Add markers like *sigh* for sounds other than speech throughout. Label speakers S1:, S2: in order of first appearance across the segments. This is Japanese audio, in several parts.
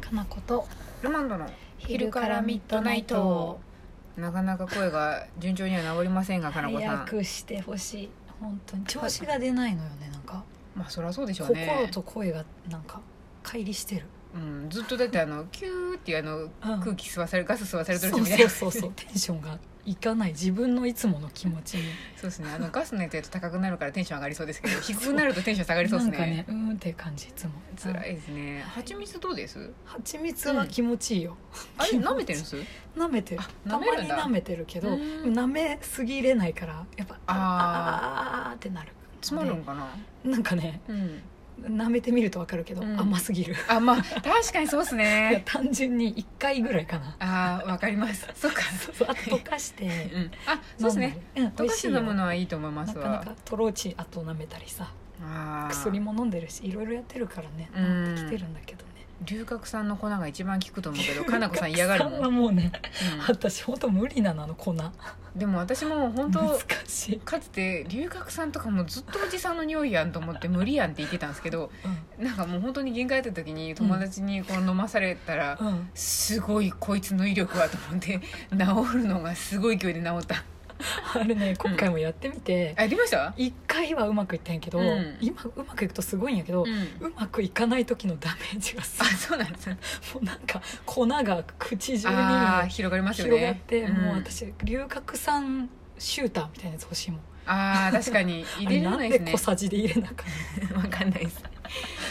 S1: 花子と
S2: ルマンドの
S1: 昼からミッドナイト
S2: なかなか声が順調には治りませんがかなこさ
S1: 早
S2: ん
S1: くしてほしい本当に調子が出ないのよねなんか
S2: まあそりゃそうでしょうね
S1: 心と声がなんか乖離してる、
S2: うん、ずっとだってあのキューっていうあの
S1: うん
S2: 空気吸わされガス吸わされてる
S1: そ
S2: 人
S1: う
S2: みたい
S1: そ
S2: な
S1: うそう
S2: *laughs*
S1: そうテンションがいかない自分のいつもの気持ちに
S2: そうですねあのガスのやつやと高くなるからテンション上がりそうですけど低くなるとテンション下がりそうです
S1: なんか
S2: ね
S1: ねうーんって感じいつも
S2: 辛いですね蜂蜜どうです
S1: 蜂蜜は気持ちいいよ、
S2: あれ
S1: 気持ち
S2: 舐めてるんです
S1: 舐めてる
S2: あ
S1: た
S2: 舐め
S1: ま
S2: る
S1: に
S2: んだ
S1: 舐めてるけど
S2: うん
S1: 舐めすぎれないからやっぱあーあーあーあーってなる
S2: 詰まるんかな
S1: なんかね
S2: うん
S1: 舐めてみるとわかるけど、
S2: うん
S1: 甘すぎる
S2: あまあ確かにそうです
S1: いや
S2: ね
S1: 単純に1回ぐらいかな
S2: あーわかりますそっか
S1: そうそうあと溶かして
S2: うんあ *laughs* そうですね
S1: 飲んだりうん
S2: 溶かして飲むの
S1: な
S2: はいいと思います
S1: か
S2: わ
S1: なかトローチあと舐めたりさ
S2: あー
S1: 薬も飲んでるしいろいろやってるからね
S2: うん
S1: なってきてるんだけどね
S2: 龍角散の粉が一番効くと思
S1: *laughs*
S2: うけどかなこさん嫌がるもん、
S1: お客さ
S2: うん
S1: は
S2: ん
S1: もうね私本当無理なのあの粉難
S2: でも私も本当
S1: しい、
S2: かつて龍角散とかもずっとおじさんの匂いやんと思って無理やんって言ってたんですけどなんかもう本当に限界あった時に友達にこう飲まされたら、
S1: うんうん
S2: すごいこいつの威力はと思って *laughs* 治るのがすごい勢いで治った
S1: あれね今回もやってみて、
S2: ありました
S1: 一1回はうまくいったんやけど、
S2: うん
S1: 今うまくいくとすごいんやけど、
S2: う
S1: うんまくいかない時のダメージがす
S2: あそうなんですね
S1: ごいもうなんか粉が口中に
S2: あー広がりますよね
S1: 広がって、
S2: ん
S1: もう私龍角散シューターみたいなやつ欲しいもん
S2: あー確かに入れられない
S1: *laughs* あれな
S2: です
S1: んで
S2: ね
S1: 小さじで入れなかっ
S2: わかんないです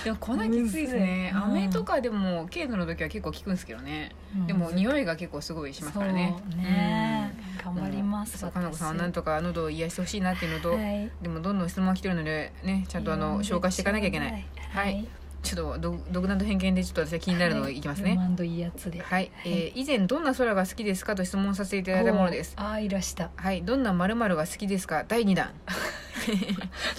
S2: でも粉きついですね
S1: むずいうん
S2: 飴とかでも軽度の時は結構効くんですけどね
S1: た
S2: でも匂いが結構すごいしますからね
S1: そうね
S2: うん
S1: 頑張ります
S2: そうかなこさんはなん
S1: と
S2: とか喉を癒してほしいなっていうのと、
S1: はい
S2: でもどんどん質問が来てるのでねちゃんとあの消化していかなきゃいけない
S1: は
S2: はい
S1: い
S2: ちょっとど独断と偏見でちょっと私は気になるのをいきますね
S1: マンドいいやつで
S2: はい、えー以前どんな空が好きですかと質問させていただいたものです
S1: ああいらした
S2: はいどんな〇〇が好きですか第2弾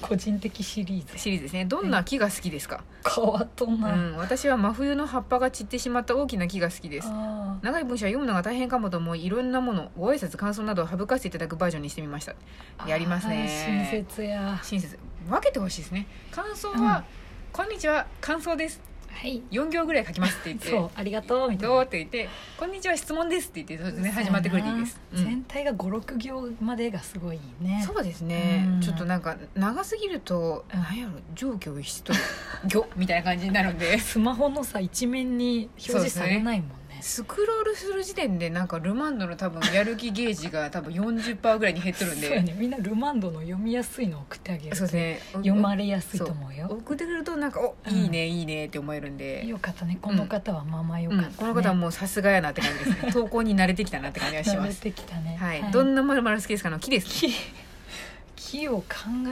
S1: 個人的シリーズ
S2: シリーズですねどんな木が好きですか、
S1: 変わっとん
S2: う
S1: な、
S2: ん、私は真冬の葉っぱが散ってしまった大きな木が好きです
S1: あ
S2: 長い文章は読むのが大変かもと思いいろんなものご挨拶感想などを省かせていただくバージョンにしてみました
S1: ー
S2: やりますね
S1: あー親切や
S2: 親切分けてほしいですね感想は、こんにちは感想です
S1: はい
S2: 4行ぐらい書きますって言って
S1: そうありがとうみたい
S2: ど
S1: な
S2: うって言って「こんにちは質問です」って言って、そうですね、始まってくれていいです、
S1: そうやな全体が五六行までがすごいね
S2: そうですね、
S1: うん
S2: ちょっとなんか長すぎると何やろ上下を一とる行みたいな感じになる
S1: *laughs*
S2: んで
S1: スマホのさ一面に表示されないもんね
S2: スクロールする時点でなんかルマンドの多分やる気ゲージが多分40%ぐらいに減ってるん
S1: そうや
S2: で
S1: ねみんなルマンドの読みやすいのを送ってあげる
S2: そうですね
S1: 読まれやすいと思うよ
S2: 送ってくれるとなんか「お
S1: うん
S2: いいねいいね」って思えるんで、
S1: よかったねこの方はまあまあよ
S2: う
S1: かった、ね
S2: ん、この方はもうさすがやなって感じ
S1: *laughs*
S2: ですね投稿に慣れてきたなって感じがし
S1: 慣
S2: ま
S1: れ
S2: す
S1: てきたね
S2: はい、どんなまる好きですかの木です
S1: 木木を考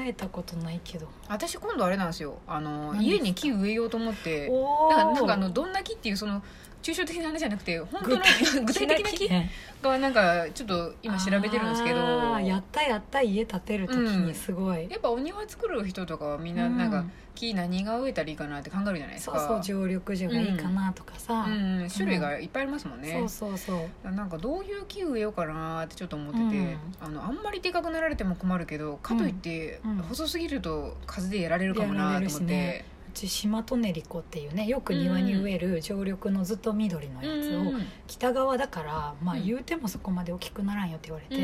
S1: えたことないけど
S2: 私今度あれなんですよあの
S1: 何です
S2: 家
S1: か
S2: に木植えようと思って
S1: お
S2: だ
S1: ー
S2: からなんかあのどんな木っていうその抽象的な話じゃなくて本当の *laughs* 具体的な木
S1: ね
S2: がなんかちょっと今調べてるんですけど
S1: あーや
S2: や
S1: ったやった家建てる時にすごい、
S2: っぱお庭作る人とかはみんななん
S1: う
S2: か木何が植えたらいいかなって考えるじゃないです
S1: そうそう
S2: か
S1: 常緑樹がいいかなとかさ、
S2: うん種類がいっぱいありますもん
S1: そ
S2: ね
S1: うそうそう
S2: なんかどういう木植えようかなってちょっと思って
S1: う
S2: て
S1: ん
S2: あのあんまりでかくなられても困るけどかといって
S1: うんうん
S2: 細すぎると風でやられるかもなと思っ
S1: やられるしね
S2: て
S1: うちシマトネリコっていうねよく庭に植える常緑のずっと緑のやつを、
S2: うん
S1: 北側だからまあ
S2: うん
S1: 言うてもそこまで大きくならんよって言われて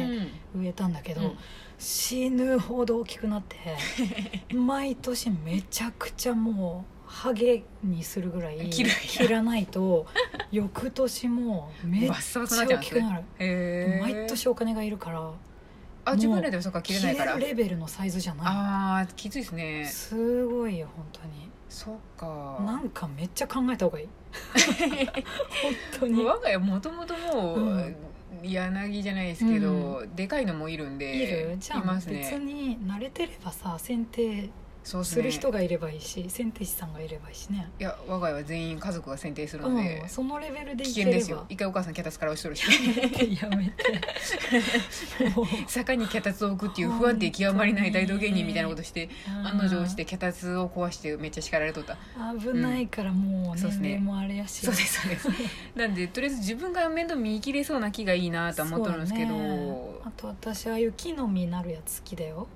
S2: うん
S1: 植えたんだけど、
S2: うん
S1: 死ぬほど大きくなって
S2: *laughs*
S1: 毎年めちゃくちゃもうハゲにするぐらい
S2: 切るんや
S1: 切らないと翌年もうめっ
S2: バ
S1: ち
S2: ッサバ
S1: ゃ
S2: サになっちゃ
S1: 大きく
S2: うんですね
S1: なる。
S2: へー
S1: 毎年お金がいるから
S2: あ自分らではそっか切れないから
S1: 切れるレベルのサイズじゃな
S2: あーきついです
S1: い
S2: ね
S1: すごいよ本当に
S2: そっか
S1: なんかめっちゃ考えた方
S2: *laughs*
S1: がいい本当に
S2: 我が家もともともう、
S1: うん
S2: 柳じゃないですけど、
S1: う
S2: でかいのもいるんで
S1: いるじゃ
S2: いま
S1: あ
S2: す
S1: 別
S2: ね
S1: に慣れてればさ剪定
S2: そうです
S1: す
S2: ね
S1: る人がいればいいし剪定師さんがいればいいしね
S2: いや我が家は全員家族が選定する
S1: う
S2: ので、
S1: んそのレベルで
S2: 危
S1: いけ
S2: 険で
S1: れ
S2: すよ
S1: ば
S2: 一回お母さん脚立から落ちとるし *laughs*
S1: やめてもう
S2: 坂に脚立を置くっていう不安定極まりない大道芸人みたいなことして案の定落ちて脚立を壊してめっちゃ叱られとった
S1: 危ないからもう
S2: そうです
S1: 年
S2: ね
S1: 齢もあれやし
S2: そうですそうです *laughs* なんでとりあえず自分が面倒見切れそうな木がいいなとは思っとるんですけど、
S1: そうねあと私ああいう木の実になるやつ好きだよ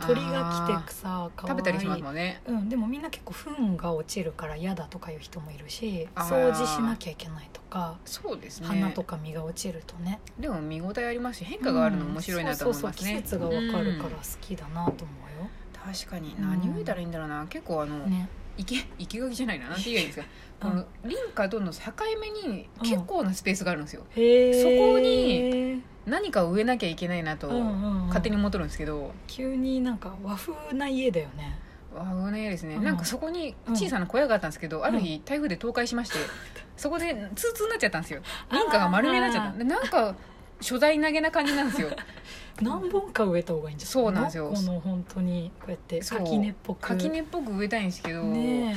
S1: 鳥が来て草皮
S2: 食べたりりしますもんね
S1: うん、でもみんな結構糞が落ちるから嫌だとかいう人もいるし
S2: あー
S1: 掃除しなきゃいけないとか、
S2: そうですね
S1: 花とか実が落ちるとね
S2: でも見応えありますし変化があるの面白いなと思いますね、
S1: うんそうそうそう季節がわかるから
S2: う
S1: 好
S2: ん
S1: きだなと思うよ、
S2: 確かに何を言ったらいいんだろうな結構あの、
S1: ね
S2: 生き生き垣じゃないななんて言えばいいんですか、
S1: うん
S2: この林家との境目に結構なスペースがあるんですよ、
S1: へー
S2: そこに何かを植えなきゃいけないなと
S1: うんうんうん
S2: 勝手に思っとるんですけど、
S1: 急になんか和風な家だよね
S2: わあねですね、
S1: うん
S2: なんかそこに小さな小屋があったんですけど、ある日台風で倒壊し
S1: *laughs*
S2: まして、そこでツーツーになっちゃったんですよ林家が丸めになっちゃったでなんか所在投げな感じなんです
S1: *laughs*
S2: よ
S1: 何本か植えた方がいいんじゃない
S2: そうなんですよ
S1: この本当にこうやって
S2: そう
S1: 垣根っぽく
S2: 垣根っぽく植えたいんですけど、
S1: ね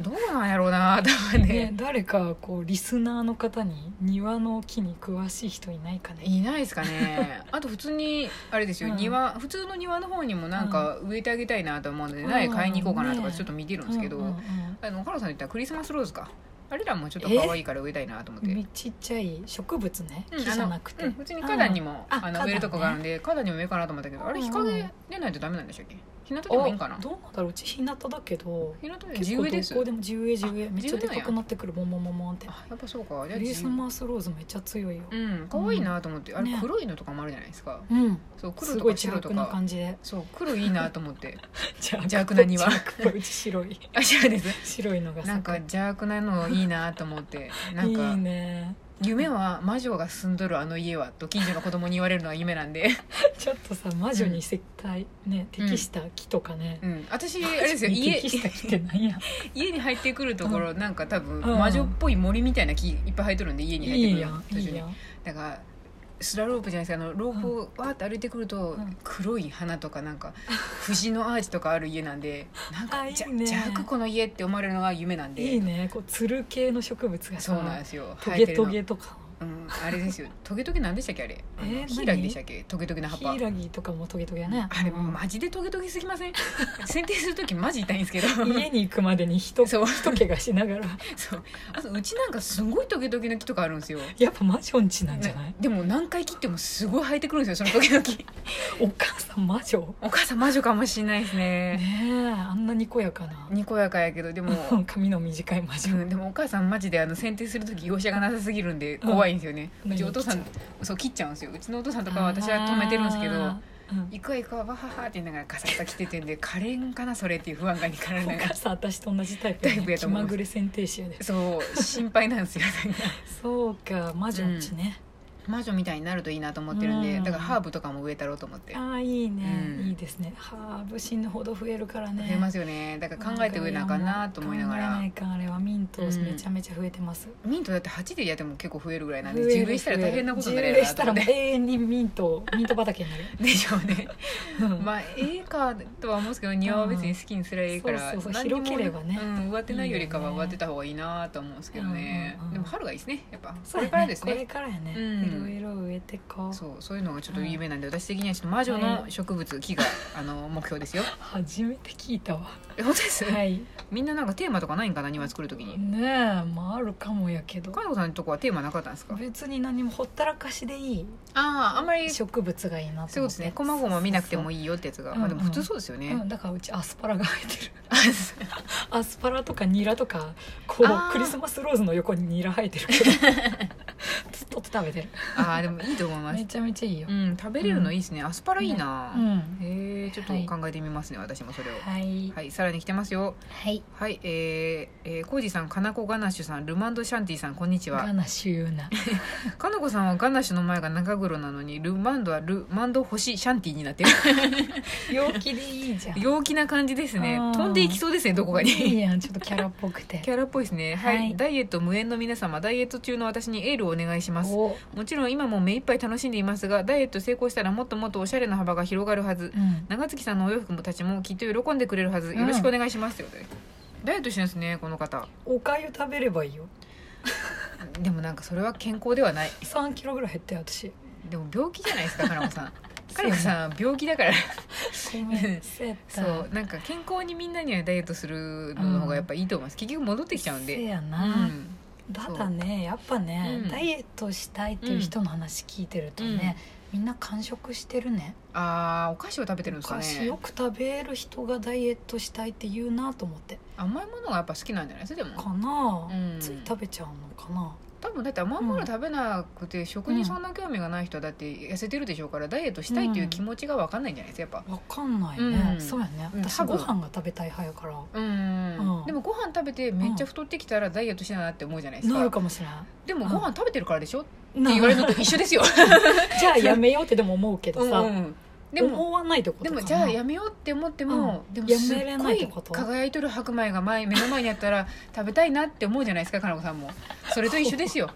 S2: どうなんやろうな多分
S1: え
S2: *laughs* ね
S1: ね誰かこうリスナーの方に庭の木に詳しい人いないかね
S2: いないですかねあと普通にあれですよ、
S1: うん
S2: 庭普通の庭の方にもなんか植えてあげたいなと思うので、
S1: うん
S2: 苗買いに行こうかなとか
S1: ね
S2: ちょっと見てるんですけど、
S1: うんうんうん
S2: あの岡野さんと言ったらクリスマスローズかあれらもちょっと可愛いから植えたいなと思って、
S1: みちっちゃい植物ね、
S2: うん
S1: 木じゃなくて、
S2: うん、普通に花壇に
S1: も
S2: も
S1: あ
S2: あの
S1: 花壇ね
S2: 植えるとこがあるんで花壇にも植えようかなと思ったけどあれ
S1: うんうん
S2: 日陰でないとダメなんでしたっけ日向でもいいんかな
S1: どうなんだろううち日向だけど
S2: 日向で
S1: 結
S2: 地
S1: 構
S2: 植え
S1: ど
S2: です
S1: こでも地植え地植え
S2: あ
S1: めっちゃでか
S2: 地植えなんや
S1: くなってくるボンボンボンボンって
S2: あやっぱそうか
S1: ク
S2: じゃあ
S1: リス
S2: 地
S1: マスローズめっちゃ強いよ
S2: うん可愛いなと思ってあれ
S1: ね
S2: 黒いのとかもあるじゃないですか
S1: うん、
S2: そう黒
S1: す
S2: と
S1: ごい
S2: か
S1: 邪
S2: 白と
S1: 悪な
S2: か
S1: 感じで
S2: そう黒いいなと思って
S1: 邪
S2: *laughs* 邪悪な庭
S1: *laughs* 邪悪っぽいうち白い
S2: あ違うです
S1: 白いのが
S2: なんか邪悪なのいいなと思
S1: *laughs*
S2: ってなん
S1: いい
S2: か
S1: ね *laughs*
S2: 夢は魔女が住んどるあの家はと近所の子供に言われるのは夢なんで *laughs*
S1: ちょっとさ魔女に接待、ね適した木とかね、
S2: うん私あれ
S1: *laughs*
S2: ですよ
S1: 魔女に
S2: 家
S1: 適した木ってなんや
S2: *laughs* 家に入ってくるところなんか多分
S1: うん
S2: 魔女っぽい森みたいな木いっぱい生えとるんで家に入って
S1: い
S2: く
S1: い
S2: る
S1: やん
S2: 途
S1: い
S2: 中
S1: い
S2: に
S1: やん
S2: だからスラロープじゃないですかあのロープをわーって歩いてくると
S1: うん
S2: 黒い花とかな
S1: *laughs*
S2: んか藤のアーチとかある家なんでなん
S1: あ
S2: か
S1: いい
S2: じゃ
S1: ね
S2: 邪悪この家って思われるのが夢なん
S1: いい
S2: で
S1: ねこうつる系の植物がさ
S2: そうなんですよ
S1: ト
S2: 生え
S1: ゲ
S2: てる
S1: ト
S2: の
S1: ゲとか
S2: うんあれですよトゲトゲなんでしたっけあれあの
S1: えー
S2: ヒイラギでしたっけトゲトゲの葉っぱ
S1: ヒイラギとかもトゲトゲやね
S2: あれマジでトゲトゲすぎません *laughs* 剪定する時マジ痛いんですけど
S1: 家に行くまでに人
S2: *laughs* そう
S1: 人怪我しながら
S2: そうあとうちなんかすごいトゲトゲの木とかあるんですよ
S1: やっぱ魔女んちなんじゃない、
S2: ねでも何回切ってもすごい生えてくるんですよその
S1: *laughs*
S2: 時々
S1: お母さん魔女
S2: お母さん魔女かもしれないですね
S1: ねえあんなにこやかな
S2: にこやかやけどでも、
S1: *laughs* 髪の短い魔
S2: う
S1: 女
S2: ん、でもお母さんマジであの剪定する時容赦がなさすぎるんで怖いんですよね、う
S1: うん
S2: ちお父さん
S1: 何
S2: そう切っちゃうんですようちのお父さんとかは私は止めてるんですけど
S1: あーうん
S2: 行くわ行くわわははって言いながらカサカサ切ってて
S1: *laughs*
S2: んで可憐かなそれっていう不安感にかられな
S1: お
S2: が
S1: 母
S2: ら
S1: さん私と同じタイプ,、
S2: タイプやと
S1: 気
S2: 思い
S1: ま
S2: ます
S1: ぐれ剪定集で
S2: そう心配なん
S1: *laughs*
S2: ですよなんか
S1: そうか魔女んちね、
S2: 魔女みたいになるといいなと思ってるんで、
S1: うん
S2: だからハーブとかも植えたろうと思って
S1: ああいいね、
S2: うん
S1: いいですねハーブ死ぬほど増えるからね
S2: 増えますよねだから考えて植えなあかんなと思いなが
S1: 考えな
S2: ら
S1: いかんあれはミントめちゃめちゃ増えてます、
S2: ミントだって8でやっても結構増えるぐらいなんで
S1: 増える
S2: 地植えしたら大変なことになる
S1: 地植
S2: や
S1: え
S2: ろ
S1: し
S2: うなと
S1: たら
S2: 思っ
S1: もう
S2: て
S1: 永遠にミントミント畑になる
S2: *laughs* でしょうね
S1: うん
S2: まあええかとは思うんですけど庭は別に好きにすりゃええから、
S1: うんそうそうそう
S2: 何にも
S1: 広ければね
S2: うん、植わってないよりかは
S1: うん
S2: 植わってた方がいいなと思うんですけど
S1: う
S2: ね、
S1: んうんうん
S2: でも春がいいですねやっぱ
S1: そうや
S2: これからです
S1: これ
S2: ね
S1: からやね、
S2: うん
S1: いろいろ植えてこう
S2: そうそういうのがちょっと有名なんで、私的にはちょっと魔女の植物、
S1: *laughs*
S2: 木があの目標ですよ
S1: 初めて聞いたわ
S2: え本当です、
S1: はい
S2: みんななんかテーマとかないんかな庭作る時に
S1: ねえまああるかもやけど
S2: 加藤さんのとこはテーマなかったんですか
S1: 別に何もほったらかしでいい
S2: あああんまり
S1: 植物がいいなと
S2: そう
S1: 思
S2: で
S1: って
S2: すね細々見なくても
S1: い
S2: いいよってやつ
S1: そ
S2: が、
S1: うそう
S2: まあでも普通そうですよね、 *laughs*
S1: うん、だからうちアスパラが生えてる
S2: あそう
S1: アスパラとかニラとかこ
S2: あー
S1: うクリスマスローズの横にニラ生え *laughs* てるけどずっと食べてる
S2: あーでもいいと思いま
S1: め
S2: す
S1: ちゃめちゃいいよ
S2: う、ん食べれるのいいですねアスパラいいな、
S1: うん
S2: へえちょっと
S1: はい
S2: 考えてみますね、私もそれをはい、
S1: はい
S2: さらに来てますよ
S1: はい
S2: はいえー、えー、コージさんかなこガナッシュさんルマンドシャンティさんこんにち
S1: ガ
S2: は
S1: ナシューナ
S2: かなこさんはガナッシュの前が中黒なのにルマンドはルマンド星シャンティに
S1: *laughs*
S2: なってる
S1: 陽気でいいじゃん
S2: 陽気な感じですね
S1: あー
S2: 飛んでいきそうですねどこかに
S1: いいやんちょっとキャラっぽくて
S2: キャラっぽいですねはい、
S1: はい
S2: ダイエット無縁の皆様ダイエット中の私にエールをお願いします
S1: お
S2: もちろん今も目いっぱい楽しんでいますがダイエット成功したらもっともっとおしゃれな幅が広がるはず
S1: うん、
S2: 長月さんのお洋服もたちもきっと喜んでくれるはずよろしくお願いしますってことで、ダイエットしてるんですねこの方
S1: おかゆ食べればいいよ
S2: でもなんかそれは健康ではない
S1: 3キロぐらい減ったよ私
S2: でも病気じゃないで
S1: *laughs*
S2: すかかなこさんかなこさん病気だから
S1: ごめんせやった
S2: そうなんか健康にみんなにはダイエットするのの方がやっぱいいと思います、結局戻ってきちゃうん
S1: せ
S2: で
S1: や
S2: う
S1: な、
S2: ん
S1: ただねやっぱね、
S2: うん
S1: ダイエットしたいっていう人の話聞いてるとね、みんな完食してるね
S2: あーお菓子を食べてるん
S1: お
S2: ですか
S1: 菓子よ
S2: ね
S1: く食べる人がダイエットしたいって言うなと思って
S2: 甘いものがやっぱ好きなんじゃないですでも
S1: かな
S2: う
S1: あ、
S2: ん
S1: つい食べちゃうのかな
S2: 多分だって甘いもの食べなくて、食にそんな興味がない人はだって痩せてるでしょうからダイエットしたいっていう気持ちが分かんないんじゃないですかやっぱ
S1: わかんないね、
S2: うん
S1: そうやね
S2: うん
S1: 私
S2: 多
S1: ご
S2: 分
S1: 飯が食べたい派やから
S2: うん、
S1: うん
S2: でもご飯食べてめっちゃ太ってきたらダイエットしななって思うじゃないですか
S1: なるかもしれない
S2: でもご飯食べてるからでしょって
S1: な
S2: 言われるのと一緒ですよ
S1: *laughs* じゃあやめようってでも思うけ
S2: う
S1: ど
S2: ん
S1: さ、
S2: うんでも
S1: 思わないってこと
S2: で
S1: かな
S2: もじゃあやめようって思っても、でも
S1: や
S2: すっ
S1: めれ
S2: ご
S1: ないって
S2: い
S1: こと
S2: 輝いとる白米が前目の前にあったら食べたいなって思うじゃないですかかなこさんもそれと一緒ですよ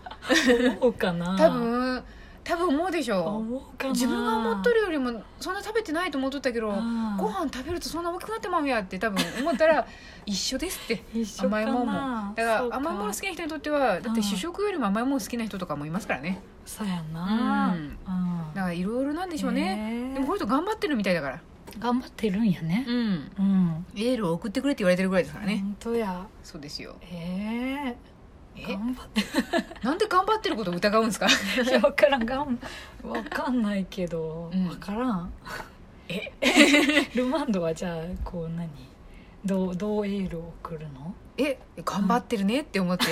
S1: 思うかな
S2: 多分多分思うでしょ
S1: 思うかな
S2: 自分が思っとるよりもそんな食べてないと思っとったけど
S1: あー
S2: ご飯食べるとそんな大きくなってまうんやって多分思ったら一緒ですって
S1: 一緒かな
S2: 甘いもんもだから
S1: そう
S2: 甘いもの好きな人にとってはだって主食よりも甘いもの好きな人とかもいますからね
S1: そうやな
S2: うん
S1: うん
S2: だからいろいろなんでしょうね、
S1: ね
S2: でもこの人頑張ってるみたいだから
S1: 頑張ってるんやね
S2: うん
S1: うん
S2: エールを送ってくれって言われてるぐらいですからね、
S1: 本当や
S2: そうですよ
S1: ええ
S2: え
S1: 頑張って
S2: なんで頑張ってることを疑うんですか
S1: いやわからんがんわかんないけど、
S2: うん
S1: わからんえ *laughs* ルマンドはじゃあこう何どうどうエールを送るの
S2: *laughs* え頑張ってるねって思って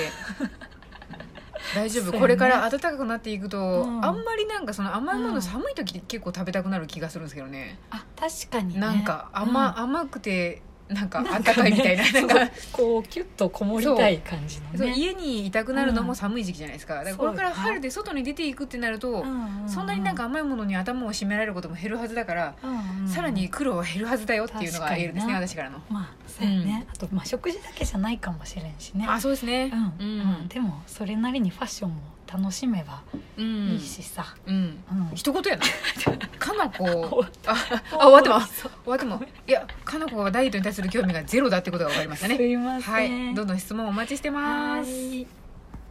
S2: 大丈
S1: そう
S2: 夫、
S1: ね
S2: これから暖かくなっていくと、
S1: うん
S2: あんまりなんかその甘いも
S1: うん
S2: の寒い時結構食べたくなる気がするんですけどね、
S1: あ確かに、ね、
S2: なんか
S1: うん
S2: 甘,、甘くてなんか暖かいみたいな
S1: な
S2: なんん
S1: か
S2: か
S1: ねそうこうキュッとこもりたい感じの
S2: そう
S1: ね
S2: 家にいたくなるのも寒い時期じゃないですか、だからこれから
S1: そうだね
S2: 春で外に出ていくってなると、
S1: うんうう
S2: そんなになんか、甘いものに頭を締められることも減るはずだから、
S1: うんうん
S2: さらに苦労は減るはずだよっていう
S1: 確
S2: のが
S1: かにな
S2: 言えるですね私からの
S1: まあそうやね、あと、まあ、食事だけじゃないかもしれんしね
S2: あそうですね
S1: うん
S2: うん
S1: うんでもそれなりにファッションも楽しめば
S2: うん
S1: いいしさ、
S2: うん
S1: うん
S2: 一言
S1: *laughs*
S2: やなかなこ
S1: 終わっ
S2: ああ終わってます
S1: す
S2: 終わってもいやかなこがダイエットに対する興味がゼロだってことが分かりました
S1: す
S2: ね
S1: いません
S2: はいどんどん質問お待ちしてます
S1: はい